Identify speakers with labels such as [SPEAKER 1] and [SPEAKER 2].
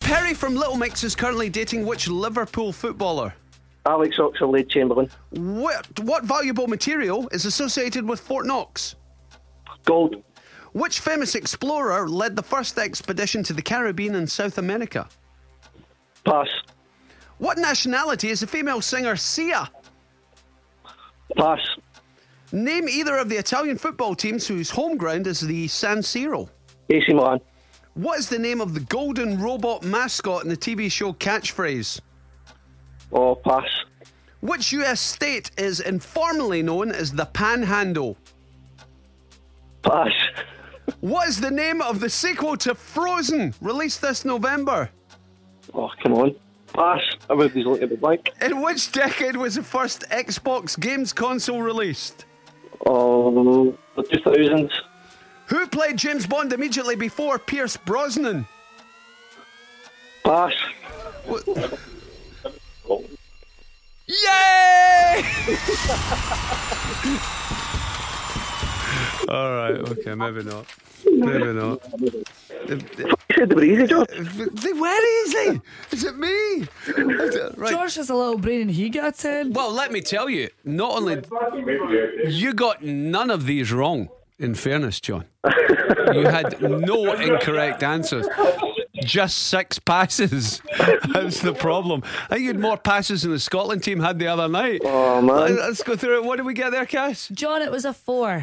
[SPEAKER 1] Perry from Little Mix is currently dating which Liverpool footballer?
[SPEAKER 2] Alex Oxlade Chamberlain.
[SPEAKER 1] What, what valuable material is associated with Fort Knox?
[SPEAKER 2] Gold.
[SPEAKER 1] Which famous explorer led the first expedition to the Caribbean and South America?
[SPEAKER 2] Pass.
[SPEAKER 1] What nationality is the female singer Sia?
[SPEAKER 2] Pass.
[SPEAKER 1] Name either of the Italian football teams whose home ground is the San Siro.
[SPEAKER 2] AC Milan.
[SPEAKER 1] What is the name of the golden robot mascot in the TV show Catchphrase?
[SPEAKER 2] Oh, pass.
[SPEAKER 1] Which US state is informally known as the Panhandle?
[SPEAKER 2] Pass.
[SPEAKER 1] What is the name of the sequel to Frozen released this November?
[SPEAKER 2] Oh, come on. Pass. Everybody's looking at the blank.
[SPEAKER 1] In which decade was the first Xbox games console released?
[SPEAKER 2] Oh, the 2000s.
[SPEAKER 1] Who played James Bond immediately before Pierce Brosnan?
[SPEAKER 2] Pass.
[SPEAKER 1] Yay! All right, okay, maybe not. Maybe not.
[SPEAKER 2] You said they were easy, George.
[SPEAKER 1] They were easy. Is it me? Is it- Right.
[SPEAKER 3] Josh has a little brain and he got 10.
[SPEAKER 1] Well, let me tell you, not only you got none of these wrong. In fairness, John, you had no incorrect answers. Just six passes. That's the problem. I think you had more passes than the Scotland team had the other night.
[SPEAKER 2] Oh, man.
[SPEAKER 1] Let's go through it. What did we get there, Cass?
[SPEAKER 3] John, it was a 4.